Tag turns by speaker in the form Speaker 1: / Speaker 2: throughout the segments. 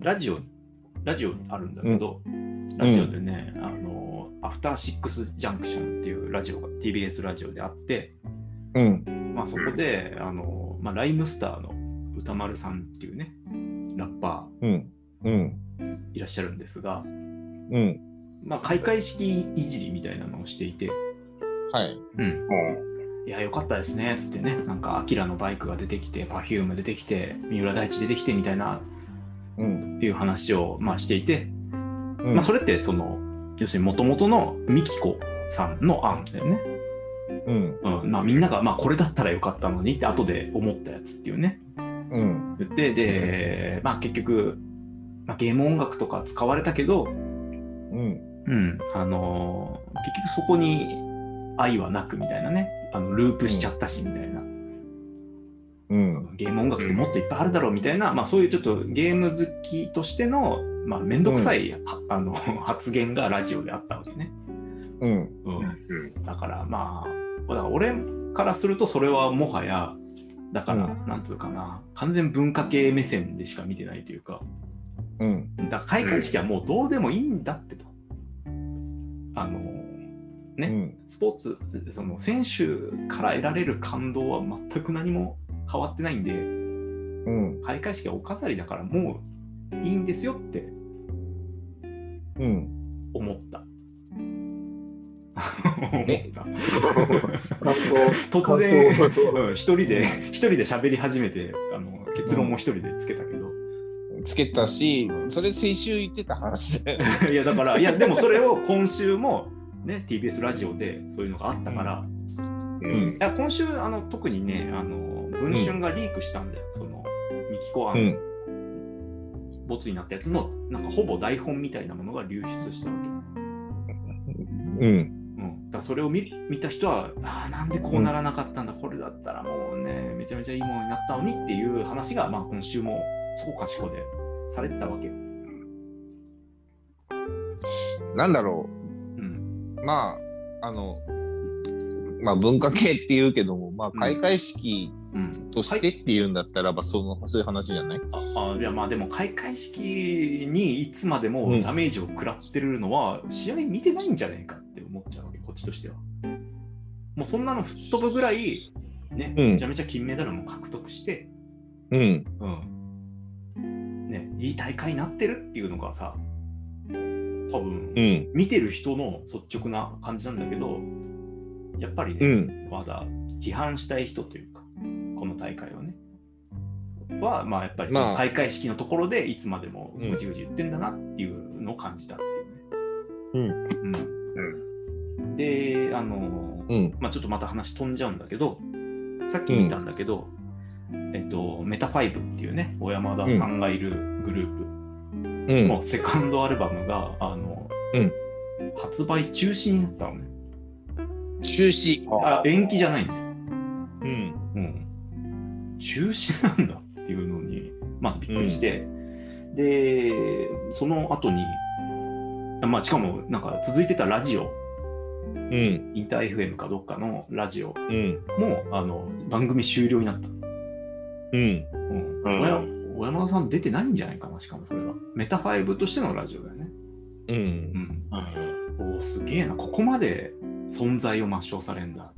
Speaker 1: ラジオに、ラジオにあるんだけど、ラジオでね、あの、アフターシックスジャンクションっていうラジオが TBS ラジオであって、
Speaker 2: うん。
Speaker 1: まあ、そこで、あの、まあ、ライムスターの歌丸さんっていうね、ラッパ
Speaker 2: うん。うん。
Speaker 1: ーいらっしゃるんですが、
Speaker 2: うん。
Speaker 1: まあ、開会式いじりみたいなのをしていて、
Speaker 2: はい。
Speaker 1: うん、
Speaker 3: うん
Speaker 1: いや、よかったですね、つってね、なんか、アキラのバイクが出てきて、パフューム出てきて、三浦大知出てきてみたいな、
Speaker 2: うん。
Speaker 1: いう話を、まあ、していて、
Speaker 2: うん
Speaker 1: まあ、それって、その、要するに、もともとのミキコさんの案だよね。
Speaker 2: うん。
Speaker 1: うん、まあ、みんなが、まあ、これだったらよかったのにって、後で思ったやつっていうね。
Speaker 2: うん。
Speaker 1: 言って、で、まあ、結局、まあ、ゲーム音楽とか使われたけど、
Speaker 2: うん。
Speaker 1: うん、あのー結局そこに愛はなくみたいなね、あのループしちゃったしみたいな。
Speaker 2: うん。
Speaker 1: ゲーム音楽ってもっといっぱいあるだろうみたいな、まあ、そういうちょっとゲーム好きとしての、まあ、面倒くさい、はあの発言がラジオであったわけね。
Speaker 2: うん。
Speaker 1: うん、
Speaker 3: うん
Speaker 1: だからまあだから俺からするとそれはもはやだから、
Speaker 2: う
Speaker 1: なんつうかな完全文化系目線でしか見てないというか
Speaker 2: うん。
Speaker 1: だから開会式はもうどうでもいいんだってと。あのね
Speaker 2: うん。
Speaker 1: スポーツその選手から得られる感動は全く何も変わってないんで。
Speaker 2: うん。
Speaker 1: 開会式はお飾りだからもういいんですよって
Speaker 2: うん。
Speaker 1: 思った。
Speaker 2: え
Speaker 1: 思った突然、うん一人で一人で喋り始めてあの結論も一人でつけたけど、
Speaker 2: つけたし、それ先週言ってた話だよね。
Speaker 1: いやだからいやでもそれを今週も、ね、TBS ラジオでそういうのがあったから、
Speaker 3: うん
Speaker 1: いや今週あの特にねあの文春がリークしたんだよ、そのミキコ
Speaker 2: う
Speaker 1: 案、
Speaker 2: ん。
Speaker 1: ボツになったやつのなんかほぼ台本みたいなものが流出したわけ。
Speaker 2: うん。
Speaker 1: うん、だからそれを見見た人は、ああ、なんでこうならなかったんだ、これだったらもうね、めちゃめちゃいいものになったのにっていう話が、まあ、今週もそこかしこでされてたわけよ。
Speaker 2: なんだろう。
Speaker 1: うん、
Speaker 2: まあ、あの、まあ文化系って言うけども、まあ開会式
Speaker 1: うん、
Speaker 2: としてっていうんだったらば、その、そういう話じゃない
Speaker 1: ああいやまあでも開会式にいつまで
Speaker 2: う
Speaker 1: も
Speaker 2: ん
Speaker 1: ダメージを食らってるのは、試合見てないんじゃねえかって思っちゃうわけこっちとしてはもうそんなの吹っ飛ぶぐらいね、
Speaker 2: うん
Speaker 1: めちゃめちゃ金メダルも獲得して、
Speaker 2: うん。
Speaker 1: うんね、いい大会になってるっていうのがさ多分、
Speaker 2: うん。
Speaker 1: 見てる人の率直な感じなんだけどやっぱり
Speaker 2: う
Speaker 1: ね、
Speaker 2: ん。
Speaker 1: まだ批判したい人というかこの大会はねはまあやっぱりそ
Speaker 2: ま
Speaker 1: の
Speaker 2: あ
Speaker 1: 開会式のところでいつまでも
Speaker 2: うん
Speaker 1: ぐちぐち言ってんだなっていうのを感じたっていうね。うんであの
Speaker 2: うん。
Speaker 1: まあ、ちょっとまた話飛んじゃうんだけど、さっき見たんだけど、えっと、メタファイブっていうね、小山田さんがいるグルー
Speaker 2: う
Speaker 1: プ
Speaker 2: ん。
Speaker 1: のセカンドアルバムが、あの、
Speaker 2: うん
Speaker 1: 発売中止になったのね。
Speaker 2: 中止。
Speaker 1: あ、延期じゃないんだよ。
Speaker 2: うん。
Speaker 1: うん。中止なんだっていうのに、 まずびっくりして、で、その後に、まあ、しかも、なんか続いてたラジオ、
Speaker 2: うん。
Speaker 1: インター FM かどっかのラジオ
Speaker 2: うん。
Speaker 1: も、あの、番組終了になった。
Speaker 2: うん。
Speaker 1: うん
Speaker 3: うん
Speaker 1: 小山小山田さん出てないんじゃないかな、しかもそれは。メタファイブとしてのラジオだよね。
Speaker 2: う。
Speaker 1: うんん、
Speaker 3: うん
Speaker 1: おお、すげえな、ここまで存在を抹消されんだ。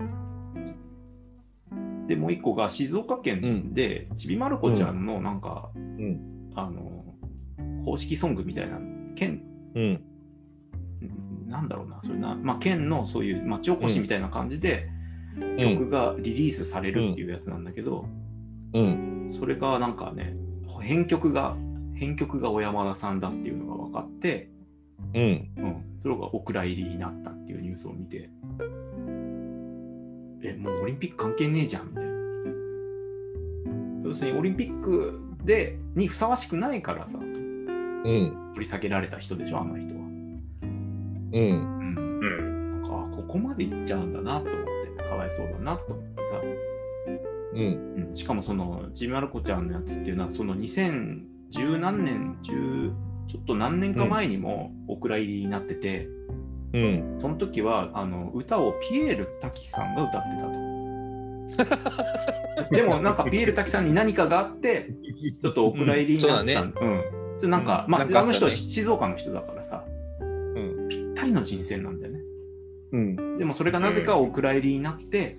Speaker 1: で、もう一個が静岡県で、ちびまる子ちゃんのなんか、
Speaker 2: ん
Speaker 1: あの、公式ソングみたいな、県、
Speaker 2: うん。
Speaker 1: なんだろうな、それな、まあ、県のそういう町おこしみたいな感じで、曲がリリースされるっていうやつなんだけど、
Speaker 2: うん。
Speaker 1: それがなんかね編曲が編曲が小山田さんだっていうのが分かって、
Speaker 2: うん。
Speaker 1: うん、それがお蔵入りになったっていうニュースを見てえもうオリンピック関係ねえじゃんみたいな要するにオリンピックでにふさわしくないからさ取
Speaker 2: うん。
Speaker 1: り下げられた人でしょあの人は、
Speaker 2: うん。
Speaker 1: うん、
Speaker 3: うん
Speaker 1: なんかあここまでいっちゃうんだなと思ってかわいそうだなと思ってさ
Speaker 2: うん。
Speaker 1: うんしかもそのちびまる子ちゃんのやつっていうのはその2010何年10ちょっと何年か前にもお蔵入りになってて、
Speaker 2: うん。
Speaker 1: その時はあの歌をピエール滝さんが歌って たと。でもなんかピエール滝さんに何かがあってちょっとお蔵入りになった、
Speaker 2: うん
Speaker 1: うんそれなんか、
Speaker 2: うん
Speaker 1: まあ、
Speaker 2: なんかあ
Speaker 1: あの
Speaker 2: ったね
Speaker 1: 人は静岡の人だからさ、
Speaker 2: うん。
Speaker 1: ぴったりの人選なんだよね。
Speaker 2: うん。
Speaker 1: でもそれがなぜかお蔵入りになって、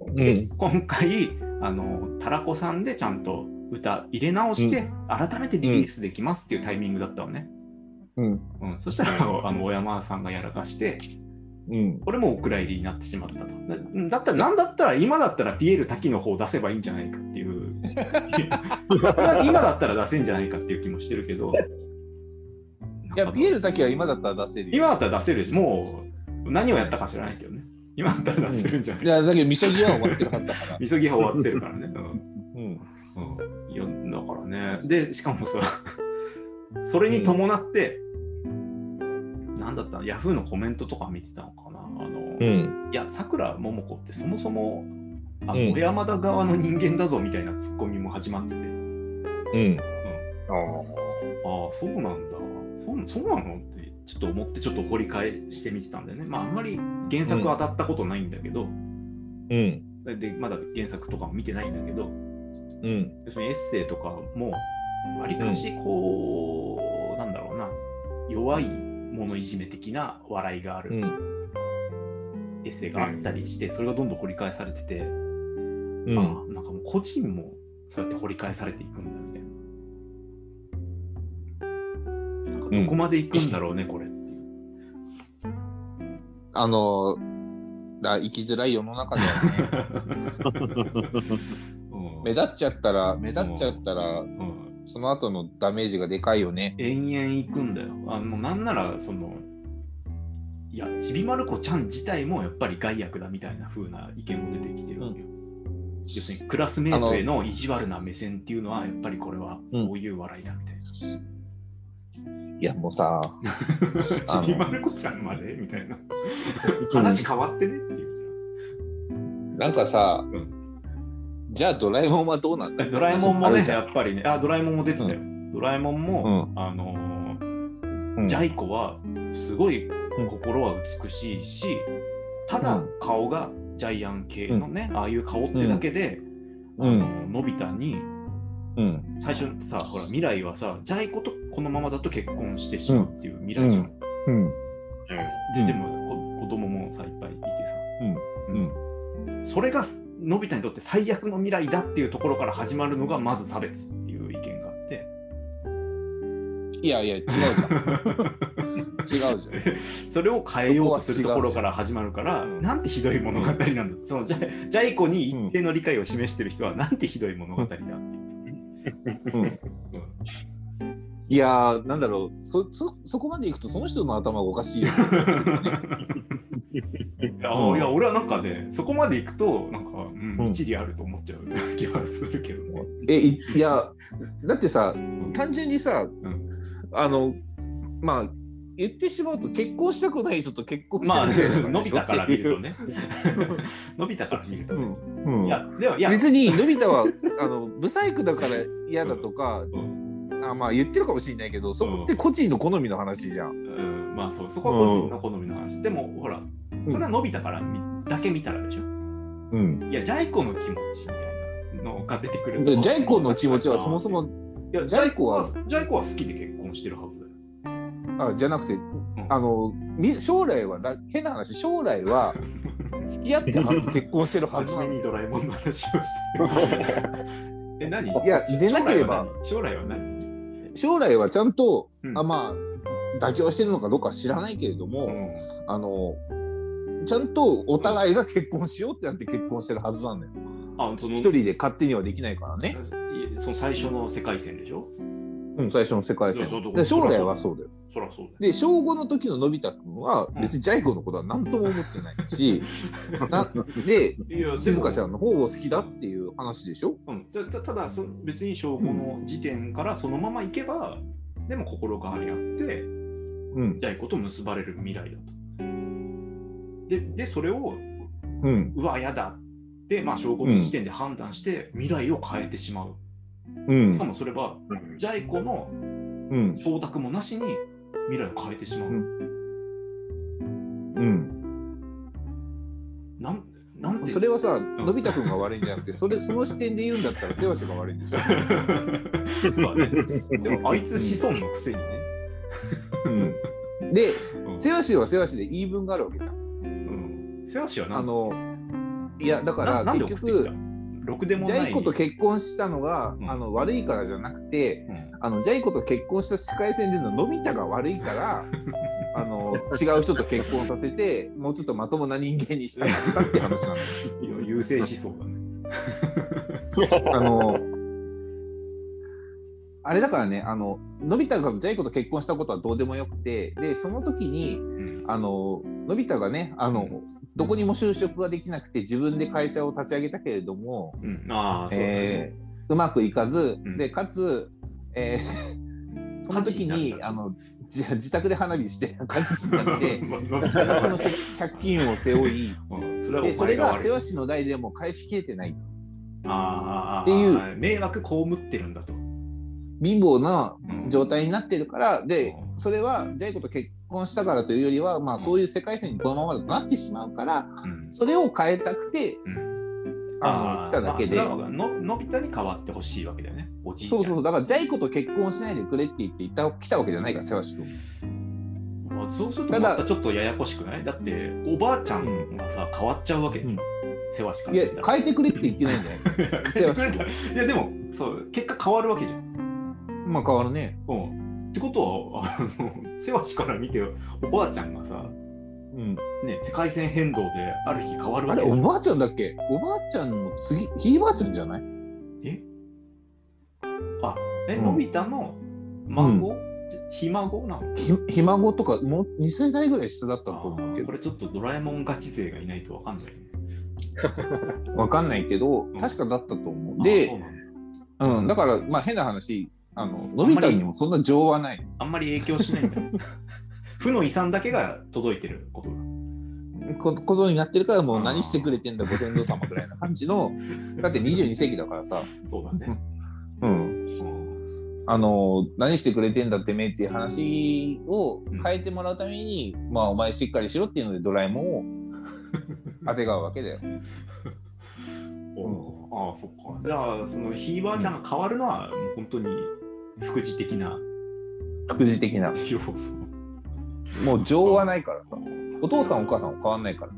Speaker 2: うん。
Speaker 1: 今回、あの、たらこさんでちゃんと歌入れ直して、改めてリリースできますっていうタイミングだったのね。
Speaker 2: う
Speaker 1: う
Speaker 2: ん。
Speaker 1: ん、そしたら、あの、小山さんがやらかして、
Speaker 2: うん。
Speaker 1: これもお蔵入りになってしまったと。だだったら、なんだったら、今だったらピエール滝の方出せばいいんじゃないかっていう、 今だったら出せんじゃないかっていう気もしてるけど、
Speaker 2: いや、ピエールだけは今だったら出せるよ。
Speaker 1: 今だったら出せるし、もう何をやったか知らないけどね。今だったら出せるんじゃない
Speaker 2: い
Speaker 1: か。
Speaker 2: や、だけど、みそぎは終わってるはずだから。
Speaker 1: みそぎは終わってるからね。うん
Speaker 2: う
Speaker 1: う
Speaker 2: ん。
Speaker 1: んいやだからね。で、しかもさ、 それに伴って、なんだったの、ヤフーのコメントとか見てたのかな。あの
Speaker 2: うん。
Speaker 1: いや、さくらももこってそもそも、あの
Speaker 2: うん
Speaker 1: 小山田側の人間だぞみたいなツッコミも始まってて、あ
Speaker 2: うん。
Speaker 1: あ、そうなんだ、そうそうなのってちょっと思って、ちょっと掘り返してみてたんだよね。まあ、あんまり原作当たったことないんだけど、
Speaker 2: うん。
Speaker 1: でまだ原作とかも見てないんだけど、
Speaker 2: うん。
Speaker 1: 要するにエッセイとかも、わりかしこう、なんだろうな、弱い物いじめ的な笑いがある
Speaker 2: うん。
Speaker 1: エッセイがあったりして、それがどんどん掘り返されてて、
Speaker 2: う
Speaker 1: ま
Speaker 2: ん。
Speaker 1: あ、なんかもう個人もそうやって掘り返されていくんだみたいな。なんかどこまで行くんだろうね、これっていう。
Speaker 2: あのだ生きづらい世の中だよね
Speaker 1: うん
Speaker 2: 目立っちゃったら目立っちゃったら
Speaker 1: うん
Speaker 2: その後のダメージがでかいよね
Speaker 1: 延々行くんだよ。あのなんなら、その、いや、ちびまる子ちゃん自体もやっぱり害悪だみたいな風な意見も出てきてるわけよ。要するにクラスメートへの意地悪な目線っていうのはやっぱりこれは
Speaker 2: うん
Speaker 1: こういう笑いだみたい
Speaker 2: いやもうさ
Speaker 1: な。
Speaker 2: あの
Speaker 1: ちびまる子ちゃんまでみたいな。話変わってねっていう。
Speaker 2: なんかさ、
Speaker 1: う
Speaker 2: じゃあドラえもんはどうなんだ
Speaker 1: ドラえもんもね、
Speaker 2: あ
Speaker 1: やっぱりね、あ、ドラえもんも出てたよ。ドラえもんも、あのー
Speaker 2: うん
Speaker 1: ジャイ子はすごい心は美しいし、ただ
Speaker 2: うん
Speaker 1: 顔がジャイアン系のね、ああいう顔ってだけで、
Speaker 2: うん
Speaker 1: あのーのび太に、
Speaker 2: うん
Speaker 1: 最初さ、ほら、未来はさ、ジャイ子とこのままだと結婚してしまうっていう未来じゃん。
Speaker 2: うんうん
Speaker 1: ででもこ子供もさ、いっぱいいてさ。
Speaker 2: うん
Speaker 1: それがのび太にとって最悪の未来だっていうところから始まるのがまず差別っていう意見があって
Speaker 2: いやいや違うじ ゃん違うじゃ ん
Speaker 1: それを変えようとすると
Speaker 2: そこは違
Speaker 1: こ
Speaker 2: う
Speaker 1: ろから始まるから
Speaker 2: うん
Speaker 1: なんてひどい物語なんだそのジャジャイ子に一定の理解を示してる人はなんてひどい物語だ って言
Speaker 2: うん
Speaker 1: う、
Speaker 2: いやーなんだろうそそそこまでいくとその人の頭がおかしいよね
Speaker 1: いやいや俺はなんかねそこまでいくとなんか、うん
Speaker 2: うん
Speaker 1: 一理あると思っちゃう気はするけどね。
Speaker 2: えいいやだってさ
Speaker 1: うん
Speaker 2: 単純にさ、
Speaker 1: ん
Speaker 2: あのまあ言ってしまうと結婚したくない人と結婚し
Speaker 1: ま
Speaker 2: た
Speaker 1: あ、
Speaker 2: くない人
Speaker 1: のび太から見ると
Speaker 2: ね。
Speaker 1: ね。のび太から見ると
Speaker 2: う
Speaker 1: ね。
Speaker 2: んうん
Speaker 1: いや、でも、いや、
Speaker 2: 別にのび太はあの不細工だから嫌だとか、
Speaker 1: うん
Speaker 2: あまあ言ってるかもしれないけどそこって個人の好みの話じゃん。
Speaker 1: うん、まあそう、そこは個人の好みの話。でも、ほら、それは伸びたからみ、だけ見たらでしょ。
Speaker 2: うん、
Speaker 1: いや、ジャイ子の気持ちみたいなのが出てくる
Speaker 2: ジ
Speaker 1: と
Speaker 2: ャイコの気持ちはそもそ、も
Speaker 1: いや、ジャ
Speaker 2: ジャ
Speaker 1: イ
Speaker 2: イ
Speaker 1: 子
Speaker 2: 子は
Speaker 1: は、ジャイ子は好きで結婚してるはずだよ。
Speaker 2: あじゃなくてあのみ将来はら変な話将来は 付き合っては結婚してるはず
Speaker 1: 初
Speaker 2: な
Speaker 1: め
Speaker 2: の
Speaker 1: にドラえもんの話をしてる。 え、何
Speaker 2: いやでなければ。
Speaker 1: 将来は何
Speaker 2: 将来はちゃんと、
Speaker 1: うん
Speaker 2: あまあ妥協してるのかどうかは知らないけれど
Speaker 1: 将
Speaker 2: も、
Speaker 1: 来は何うん
Speaker 2: あのちゃんとお互いが結婚しようってなって結婚してるはずなんだよ。
Speaker 1: あ、その、
Speaker 2: 一人で勝手にはできないからね。
Speaker 1: いやその最初の世界線でしょ
Speaker 2: うん、最初の世界
Speaker 1: いやそうそう
Speaker 2: 戦。で将来はそうだよ。
Speaker 1: そらそうだよ。
Speaker 2: で、小5の時ののび太くんは
Speaker 1: うん
Speaker 2: 別にジャイ子のことは何とも思ってない し、なで、
Speaker 1: いやでも
Speaker 2: 静香ちゃんの方を好きだっていう話でしょ
Speaker 1: うん、たたただそ別に小5の時点からそのままいけば、でも心変わりあって
Speaker 2: うん。
Speaker 1: ジャイ子と結ばれる未来だと。ででそれを
Speaker 2: うん。
Speaker 1: うわやだって、まあ、小5の時点で判断して未来を変えてしまう。
Speaker 2: う
Speaker 1: しか
Speaker 2: ん。
Speaker 1: もそれはジャイ子の
Speaker 2: うん。
Speaker 1: 承諾もなしに未来を変えてしまう。
Speaker 2: うん。
Speaker 1: なんなんって
Speaker 2: それはさ、のび太くんが悪いんじゃなくて、それ、その視点で言うんだったら、セワシが悪いんでしょ。
Speaker 1: そうだね。でもあいつ子孫のくせにね。う
Speaker 2: で、
Speaker 1: ん
Speaker 2: セワシはセワシで言い分があるわけじゃん。
Speaker 1: うん。セワシは
Speaker 2: あ
Speaker 1: 何
Speaker 2: の、いや、だか
Speaker 1: な
Speaker 2: ら
Speaker 1: なんで
Speaker 2: 結
Speaker 1: 送ってきた、
Speaker 2: 局
Speaker 1: ろくでも
Speaker 2: ジ
Speaker 1: な
Speaker 2: ャ
Speaker 1: い。
Speaker 2: イ子と結婚したのが、
Speaker 1: うん
Speaker 2: あの悪いからじゃなくて、
Speaker 1: うん
Speaker 2: あのジャイ子と結婚した世界線でののび太が悪いから、あの違う人と結婚させて、もうちょっとまともな人間にしたかったっていう話なんだよ。
Speaker 1: いや優勢思想だね。
Speaker 2: あの あれだからね、あののび太がジャイ子と結婚したことはどうでもよくて、でその時に
Speaker 1: うん
Speaker 2: あののび太がね、あのどこにも就職ができなくて自分で会社を立ち上げたけれども。
Speaker 1: うん。ああ、そうだね。
Speaker 2: えーうまくいかず、
Speaker 1: うん
Speaker 2: でかつ、え ーその時
Speaker 1: 火事にな
Speaker 2: に
Speaker 1: った
Speaker 2: あのじ自宅で花火して火事にな っ て
Speaker 1: まま
Speaker 2: 多額の借借金を背負い
Speaker 1: うんそれはお
Speaker 2: でそれ
Speaker 1: 前が
Speaker 2: が
Speaker 1: 悪い
Speaker 2: 世。話師の代でも返しきれてない
Speaker 1: ああ
Speaker 2: っていう
Speaker 1: ああ迷惑被ってるんだと。
Speaker 2: 貧乏な
Speaker 1: うん
Speaker 2: 状態になってるからで
Speaker 1: うん
Speaker 2: それはジャイ子と結婚したからというよりは、まあ、そういう世界線にこのままだとなってしまうから
Speaker 1: うん
Speaker 2: それを変えたくて
Speaker 1: うん
Speaker 2: あの
Speaker 1: ー
Speaker 2: 来ただけで、
Speaker 1: まあそれはののび太に変わってほしいわけだよね。おじいちゃ
Speaker 2: そ
Speaker 1: ん。
Speaker 2: うそうだからジャイ子と結婚しないでくれって言っていた来たわけじゃないから世話師君。
Speaker 1: まあ、そうすると
Speaker 2: ただ
Speaker 1: またちょっとややこしくないだっておばあちゃんがさ変わっちゃうわけでしょ。
Speaker 2: うん
Speaker 1: 世話しか
Speaker 2: いや変えてくれって言ってないんだよ。
Speaker 1: 変えてくれた いやでもそう結果変わるわけじゃん。
Speaker 2: まあ変わるね。
Speaker 1: うん、ってことはあの 世話しから見ておばあちゃんがさ、
Speaker 2: うん、
Speaker 1: ね、世界線変動である日変わる
Speaker 2: あ
Speaker 1: わ
Speaker 2: れ
Speaker 1: け
Speaker 2: お
Speaker 1: よ
Speaker 2: ばあちゃんだっけおばあちゃんの次ひいばあちゃんじゃない
Speaker 1: あえ、
Speaker 2: うん
Speaker 1: のび太の孫、じひ孫なの
Speaker 2: ひひ孫とかもう2世代ぐらい下だったと思う
Speaker 1: あ
Speaker 2: け
Speaker 1: ーこれちょっとドラえもんガチ勢がいないとわかんないね。
Speaker 2: どわかんないけど
Speaker 1: ん
Speaker 2: 確かだったと思う。
Speaker 1: あそう
Speaker 2: で、
Speaker 1: なんだ
Speaker 2: うん、だからまあ変な話あののび太にもそんな情はない。
Speaker 1: あんまり影響しないん だよ。負の遺産だけが届いてることだ。
Speaker 2: こことになってるからも
Speaker 1: あ
Speaker 2: う
Speaker 1: ー
Speaker 2: 何してくれてんだご先祖様ぐらいな感じ のだって22世紀だからさ、
Speaker 1: そうだね。
Speaker 2: うん、あの何してくれてんだってめえっていう話を変えてもらうために、まあお前しっかりしろっていうのでドラえもんを あてがうわけだよ。
Speaker 1: うんああ、そっか。じゃあ、そのひいばあちゃんが変わるのは、もう本当に副次的な
Speaker 2: 副次的な
Speaker 1: 要素。
Speaker 2: もう情はないから
Speaker 1: そ
Speaker 2: さ
Speaker 1: う
Speaker 2: お父さんお母さんは変わんないから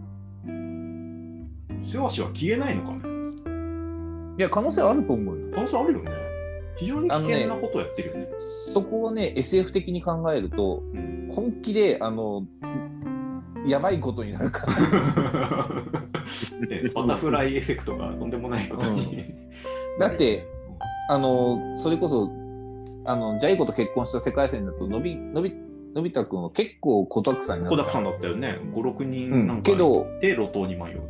Speaker 2: い
Speaker 1: 世話しは消えないのかね。
Speaker 2: や可能性あると思うよ
Speaker 1: 可能性あるよね。非常に危険なことをやってるよね。
Speaker 2: そこはね SF 的に考えると
Speaker 1: うん
Speaker 2: 本気であのやばいことになるから
Speaker 1: ねバタフライエフェクトがとんでもないことに、
Speaker 2: だってあのそれこそあのジャイ子と結婚した世界線だとのびのびのび太くんは結構子沢山にな
Speaker 1: 小
Speaker 2: る
Speaker 1: 高さんだったよね56
Speaker 2: う
Speaker 1: 人
Speaker 2: ん
Speaker 1: なんか
Speaker 2: け
Speaker 1: いて、
Speaker 2: ど
Speaker 1: 路頭に迷う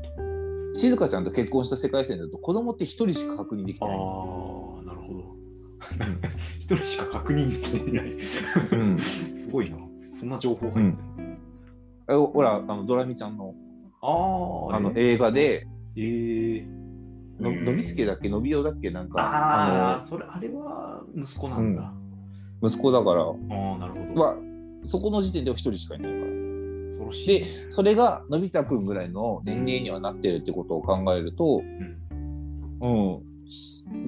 Speaker 1: と
Speaker 2: 静香ちゃんと結婚した世界線だと子供って一人しか確認でき
Speaker 1: あ
Speaker 2: て
Speaker 1: あ
Speaker 2: ない、
Speaker 1: なるほど一人しか確認できていない
Speaker 2: うん
Speaker 1: すごいなそんな情報入ってる、
Speaker 2: あほらあのドラミちゃんの
Speaker 1: ああ
Speaker 2: あの
Speaker 1: え
Speaker 2: 映画で
Speaker 1: えー、
Speaker 2: ののびすけだっけのびおだっけなんか
Speaker 1: ああ
Speaker 2: あ
Speaker 1: それあれは息子なんだ、
Speaker 2: の息子だから
Speaker 1: ああなるほど
Speaker 2: はそこの時点では一人しかいないから
Speaker 1: 恐ろしい、
Speaker 2: でそれがのび太くんぐらいの年齢にはなってるってことを考えると
Speaker 1: うん
Speaker 2: うん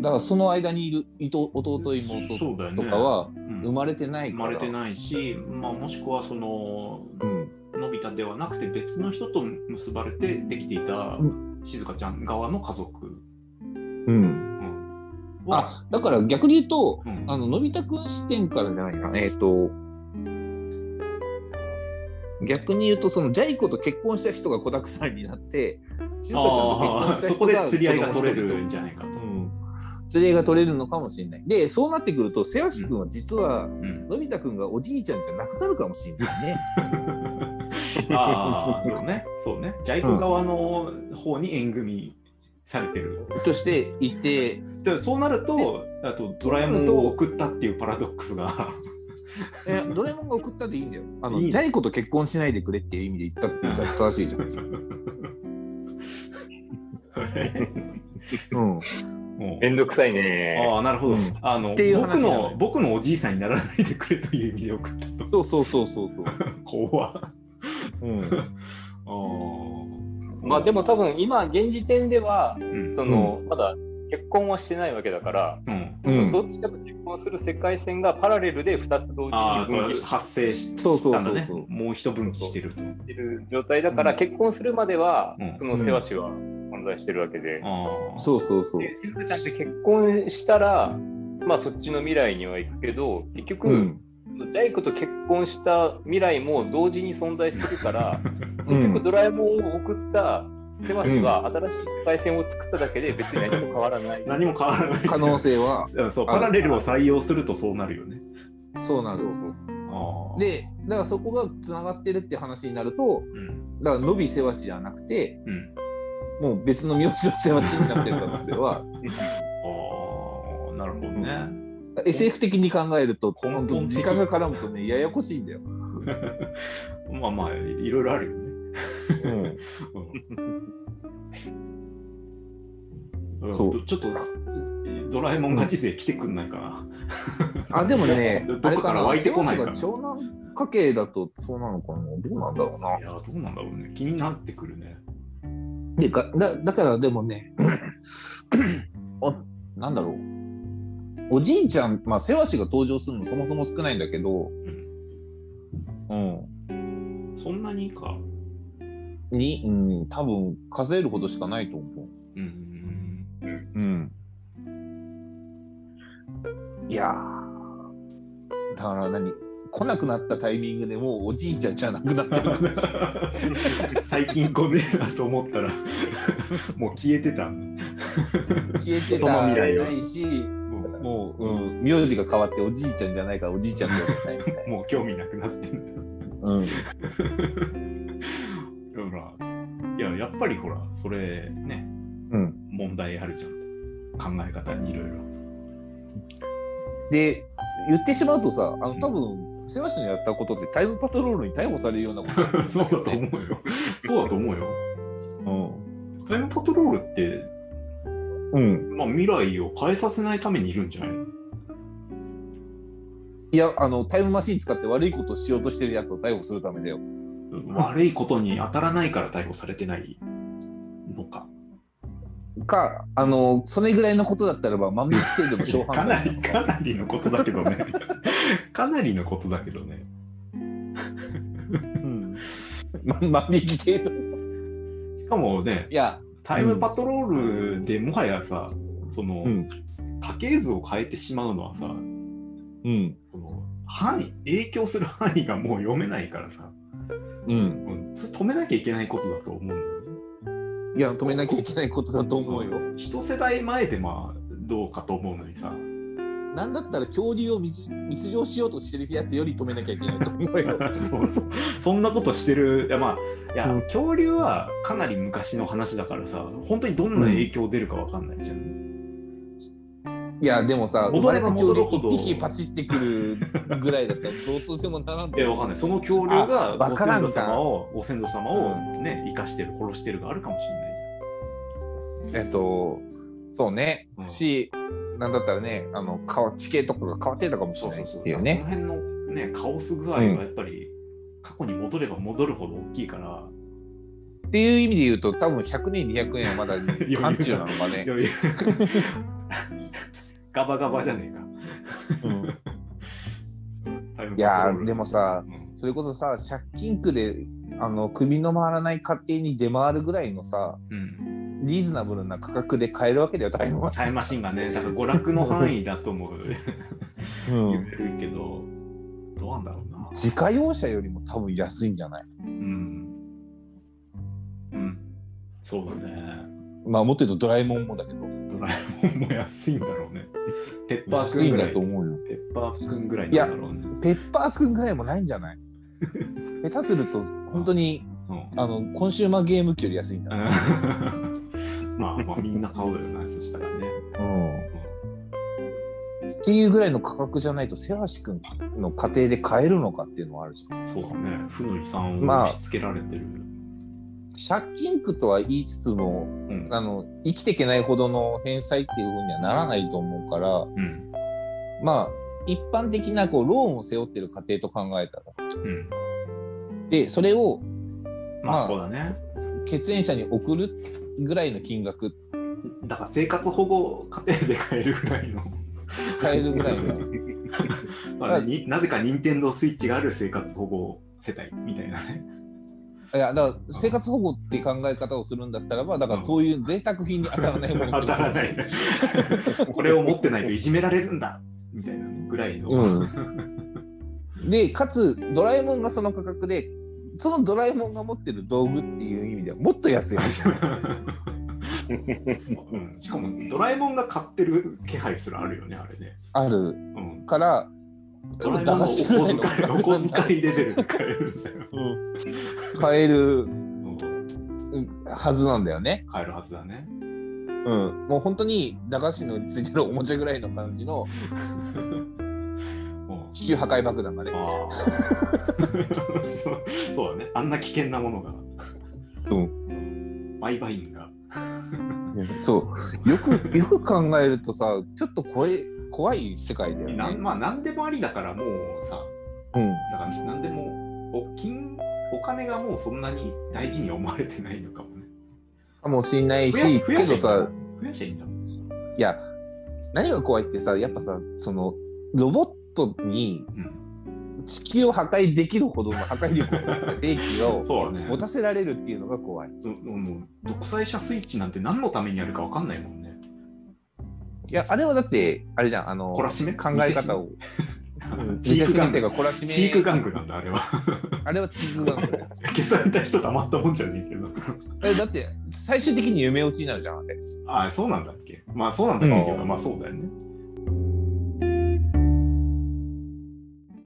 Speaker 2: だからその間にいるいと弟妹
Speaker 1: そうだよね
Speaker 2: とかは
Speaker 1: うん
Speaker 2: 生まれてない
Speaker 1: 生
Speaker 2: か
Speaker 1: ま
Speaker 2: ら、
Speaker 1: れてないし、まあ、もしくはその
Speaker 2: うん、
Speaker 1: のび太ではなくて別の人と結ばれてできていた
Speaker 2: う
Speaker 1: 静香ちゃん側の家族、
Speaker 2: うん、
Speaker 1: うん、は、
Speaker 2: あだから逆に言うと
Speaker 1: うん、
Speaker 2: あののび太くん視点からじゃないなえっ、と逆に言うとそのジャイ子と結婚した人が子だくさんになって静香ちゃんと結
Speaker 1: あ
Speaker 2: 婚
Speaker 1: ー
Speaker 2: した
Speaker 1: そ
Speaker 2: 人
Speaker 1: こで
Speaker 2: が
Speaker 1: 釣り合いが取れ
Speaker 2: 子供一人
Speaker 1: るんじゃないかと。
Speaker 2: うん連れが取れるのかもしれない。で、そうなってくると、瀬橋君は実は、
Speaker 1: うん、
Speaker 2: のび太君がおじいちゃんじゃなくなるかもしれないね。
Speaker 1: ああ、そうね、そうね、ジャイコ側の方に縁組されてる。
Speaker 2: としてい て、
Speaker 1: でそうなると、あとドラえもんを送ったっていうパラドックスが、
Speaker 2: えドラえもんが送ったっていいんだよ。あの
Speaker 1: いいの
Speaker 2: ジャイ子と結婚しないでくれっていう意味で言ったっていう のが正しいじゃん。 うん、
Speaker 1: もう
Speaker 3: めんどくさいね。
Speaker 1: ああ、なるほど。
Speaker 2: うん
Speaker 1: あの
Speaker 2: っていう
Speaker 1: 僕
Speaker 2: 話なの
Speaker 1: の
Speaker 2: よ
Speaker 1: 僕のおじいさんにならないでくれという意味で送ったと。
Speaker 2: そうそうそうそうそう。
Speaker 1: 怖あ
Speaker 2: うん、
Speaker 1: あ。
Speaker 3: まあでも多分今現時点では
Speaker 1: うん
Speaker 3: その、まだ結婚はしてないわけだから、
Speaker 1: うん
Speaker 2: うん
Speaker 3: どっちかと結婚する世界線がパラレルで2つ同時
Speaker 1: あ
Speaker 3: に
Speaker 1: ーこ
Speaker 3: 分
Speaker 1: れ
Speaker 3: 岐し
Speaker 1: 発生し
Speaker 2: そうそう
Speaker 1: た
Speaker 2: そ
Speaker 1: ん
Speaker 2: う
Speaker 1: だ
Speaker 2: そう
Speaker 1: ねもう一分岐してると
Speaker 3: てる状態だから、
Speaker 2: うん
Speaker 3: 結婚するまでは、
Speaker 1: うん
Speaker 3: その世話しは存在してるわけで。
Speaker 1: ああ
Speaker 2: そうそうそう。
Speaker 3: でしずかちゃんって結婚したら、まあそっちの未来には行くけど、結局、
Speaker 2: うん。
Speaker 3: ジャイクと結婚した未来も同時に存在してるから、
Speaker 2: う
Speaker 3: 結局
Speaker 2: ん。
Speaker 3: ドラえもんを送ったセバシは新しい世界線を作っただけで別に何も変わらない。
Speaker 1: 何も変わらない
Speaker 2: 可能性は、
Speaker 1: うんそう
Speaker 2: あ
Speaker 1: パ
Speaker 2: る
Speaker 1: ラレルを採用するとそうなるよね
Speaker 2: そうなるよ
Speaker 1: ああ
Speaker 2: で、だからそこがつながってるって話になると、
Speaker 1: うん
Speaker 2: だから、伸び世話しじゃなくて、
Speaker 1: うん
Speaker 2: もう別の名字の世話しになってる可能性は、
Speaker 1: ああなるほどね
Speaker 2: SF 的に考えると、
Speaker 1: 根本
Speaker 2: 本
Speaker 1: 的
Speaker 2: 当時間が絡むとね、ややこしいんだよ。
Speaker 1: まあまあいろいろあるよね
Speaker 2: うん。
Speaker 1: うん
Speaker 2: そう
Speaker 1: ちょっとドラえもんガチ勢来てくんないかな、
Speaker 2: あ、でもね
Speaker 1: ど、
Speaker 2: あ
Speaker 1: ど
Speaker 2: れ
Speaker 1: こか
Speaker 2: からな、
Speaker 1: 湧いて
Speaker 2: 世
Speaker 1: こない
Speaker 2: 話し
Speaker 1: か
Speaker 2: が
Speaker 1: な。
Speaker 2: 長男家系だとそうなのかなどうなんだろうない
Speaker 1: やどうなんだろうね気になってくるね
Speaker 2: でかだだからでもね おなんだろうおじいちゃんまあ世話師が登場するのそもそも少ないんだけどうん、
Speaker 1: そんなにか
Speaker 2: に、うん、多分数えるほどしかないと思う
Speaker 1: うん
Speaker 2: うんいやーだから何来なくなったタイミングでもうおじいちゃんじゃなくなってるかもしれない
Speaker 1: 最近来ねえなと思ったらもう消えてた、
Speaker 2: 消えて
Speaker 1: その
Speaker 2: た
Speaker 1: 未来は
Speaker 2: ないしもう、うん、名字が変わっておじいちゃんじゃないからおじいちゃんって呼ばないみたいな
Speaker 1: もう興味なくなってんだ
Speaker 2: うん
Speaker 1: ほらいややっぱりほらそれね
Speaker 2: うん
Speaker 1: 問題あるじゃん考え方にいろ いろ
Speaker 2: で言ってしまうとさあの多分セバシのやったことってタイムパトロールに逮捕されるようなことだ
Speaker 1: そうだと思うよそうだと思うよタイムパトロールって、
Speaker 2: うん、うん、
Speaker 1: まあ、未来を変えさせないためにいるんじゃない
Speaker 2: いやあのタイムマシン使って悪いことしようとしてるやつを逮捕するためだよ
Speaker 1: 悪いことに当たらないから逮捕されてないのか
Speaker 2: かあのそれぐらいのことだったらば万引き程度の小
Speaker 1: か
Speaker 2: 犯
Speaker 1: な
Speaker 2: 罪
Speaker 1: り かなりのことだけどね かなりのことだけどね
Speaker 2: うんま万引き程度い
Speaker 1: しかもね
Speaker 2: や
Speaker 1: タイムパトロールでもはやさその、
Speaker 2: うん
Speaker 1: 家系図を変えてしまうのはさ
Speaker 2: うん
Speaker 1: その範囲影響する範囲がもう読めないからさ、
Speaker 2: うん
Speaker 1: うん、それ止めなきゃいけないことだと思うんだよね。
Speaker 2: いや止めなきゃいけないことだと思うよ
Speaker 1: 一世代前でまあどうかと思うのにさ
Speaker 2: なんだったら恐竜を密密漁しようとしてるやつより止めなきゃいけないと思う よ
Speaker 1: そうそうそんなことしてるいやまあいや、
Speaker 2: うん
Speaker 1: 恐竜はかなり昔の話だからさ本当にどんな影響出るかわかんないじゃん、
Speaker 2: いやでもさ生
Speaker 1: 戻
Speaker 2: ま
Speaker 1: れ
Speaker 2: れ
Speaker 1: ば
Speaker 2: た
Speaker 1: 戻る
Speaker 2: 恐竜
Speaker 1: ほど
Speaker 2: 一匹パチってくるぐらいだったらどうとでもならん
Speaker 1: いやわかんないその恐竜が
Speaker 2: あ
Speaker 1: ご
Speaker 2: わ
Speaker 1: 先
Speaker 2: からん
Speaker 1: 祖
Speaker 2: か
Speaker 1: 様をご先祖様をね生かしてる殺してるがあるかもしれない
Speaker 2: えっと、そうね、
Speaker 1: うん
Speaker 2: し、なんだったらね、あの変わ地形とかが変わってたかもし
Speaker 1: じゃ
Speaker 2: れ
Speaker 1: ん
Speaker 2: ない
Speaker 1: そ
Speaker 2: っ
Speaker 1: う
Speaker 2: てい
Speaker 1: そうう
Speaker 2: ね。
Speaker 1: その辺のねカオス具合はやっぱり過去に戻れば戻るほど大きいから、
Speaker 2: っていう意味で言うと、多分100年、200年は まだ
Speaker 1: 裕
Speaker 2: 範疇なのかね
Speaker 1: い。やいや ガバガバじゃねえか
Speaker 2: うん
Speaker 1: タイムパトロール
Speaker 2: いやーでもさ
Speaker 1: うん
Speaker 2: それこそさ、借金苦であの首の回らない家庭に出回るぐらいのさ、
Speaker 1: うん、
Speaker 2: リーズナブルな価格で買えるわけだよ、タイムマシン
Speaker 1: タイムマシンがねだから娯楽の範囲だとも言えるけど、どうなんだろうな
Speaker 2: 自家用車よりも多分安いんじゃない
Speaker 1: うん、うん、そうだね
Speaker 2: まあ、もっと言うとドラえもんもだけど、
Speaker 1: ドラえもんも安いんだろうねペッパー
Speaker 2: 安
Speaker 1: くん
Speaker 2: い
Speaker 1: ぐ
Speaker 2: ん
Speaker 1: ら
Speaker 2: だ
Speaker 1: い
Speaker 2: と思うよ。
Speaker 1: ペッパーくんぐらいなんだろうね
Speaker 2: ペッパーくんぐらいもないんじゃない 下手すると本当に
Speaker 1: うん
Speaker 2: あのコンシューマーゲーム機より安いんじゃない、
Speaker 1: まあまあみんな 買うよねそしたらね
Speaker 2: うんっていうぐらいの価格じゃないと瀬橋くんの家庭で買えるのかっていうのはあるし
Speaker 1: そうだね負の遺産を
Speaker 2: まあ
Speaker 1: 押し付けられてる、
Speaker 2: 借金苦とは言いつつも
Speaker 1: うん
Speaker 2: あの生きていけないほどの返済っていうふうにはならないと思うから
Speaker 1: うん
Speaker 2: まあ一般的なこうローンを背負ってる家庭と考えたら
Speaker 1: うん
Speaker 2: でそれを
Speaker 1: まあ
Speaker 2: まあ
Speaker 1: そうだね
Speaker 2: 血縁者に送るぐらいの金額
Speaker 1: だから生活保護家庭で買えるぐらいの。
Speaker 2: 買えるぐらいの
Speaker 1: あれになぜか任天堂スイッチがある生活保護世帯みたいなね。
Speaker 2: いやだから生活保護って考え方をするんだったらばだからそういう贅沢品に当たらないもの
Speaker 1: 当たらな いね。これを持ってないといじめられるんだみたいなねぐらいの。
Speaker 2: うん、でかつドラえもんがその価格でそのドラえもんが持ってる道具っていう意味ではもっと安いわけじゃない
Speaker 1: うん、しかもドラえもんが買ってる気配すらあるよね、あれね。
Speaker 2: ある
Speaker 1: うん、
Speaker 2: から
Speaker 1: ドラえもんのお小遣いお小遣いレベルで買えるんだよ。
Speaker 2: 買える
Speaker 1: うん
Speaker 2: うんはずなんだよね。
Speaker 1: 買えるはずだね。
Speaker 2: うん、もう本当に駄菓子のついてるおもちゃぐらいの感じの
Speaker 1: うん
Speaker 2: 地球破壊爆弾まで。
Speaker 1: ああそうそうだね。あんな危険なものが、
Speaker 2: そう
Speaker 1: 売買員が。
Speaker 2: そうよくよく考えるとさちょっと怖い怖い世界だよね。
Speaker 1: なんまあ、なんでもありだから、もうさ、
Speaker 2: うん
Speaker 1: だからなんでもお金、お金がもうそんなに大事に思われてないのかもね。
Speaker 2: かもしんないし
Speaker 1: 増
Speaker 2: け
Speaker 1: やし
Speaker 2: ど
Speaker 1: 増や
Speaker 2: さ
Speaker 1: し増やしゃいいんだもん。
Speaker 2: いや何が怖いってさやっぱさそのロボットに
Speaker 1: うん、
Speaker 2: 地球を破壊できるほどの破壊力を持った兵器を
Speaker 1: そうだね。
Speaker 2: 持たせられるっていうのが怖い。
Speaker 1: そもう独裁者スイッチなんて何のためにあるか分かんないもんね。
Speaker 2: いやあれはだってあれじゃんあの
Speaker 1: 懲らしめ
Speaker 2: 考え方。を。
Speaker 1: 見
Speaker 2: チ
Speaker 1: せしめ
Speaker 2: ークガン
Speaker 1: チーク
Speaker 2: が懲らしめ
Speaker 1: チーク玩具なんだ、あれは。
Speaker 2: あれはチークガンだよ。
Speaker 1: 消された人たまったもんじゃねえけど。
Speaker 2: えだって最終的に夢落ちになるじゃんあれ。
Speaker 1: ああ、そうなんだっけ。まあそうなんだっけど、
Speaker 2: う
Speaker 1: まあそうだよね。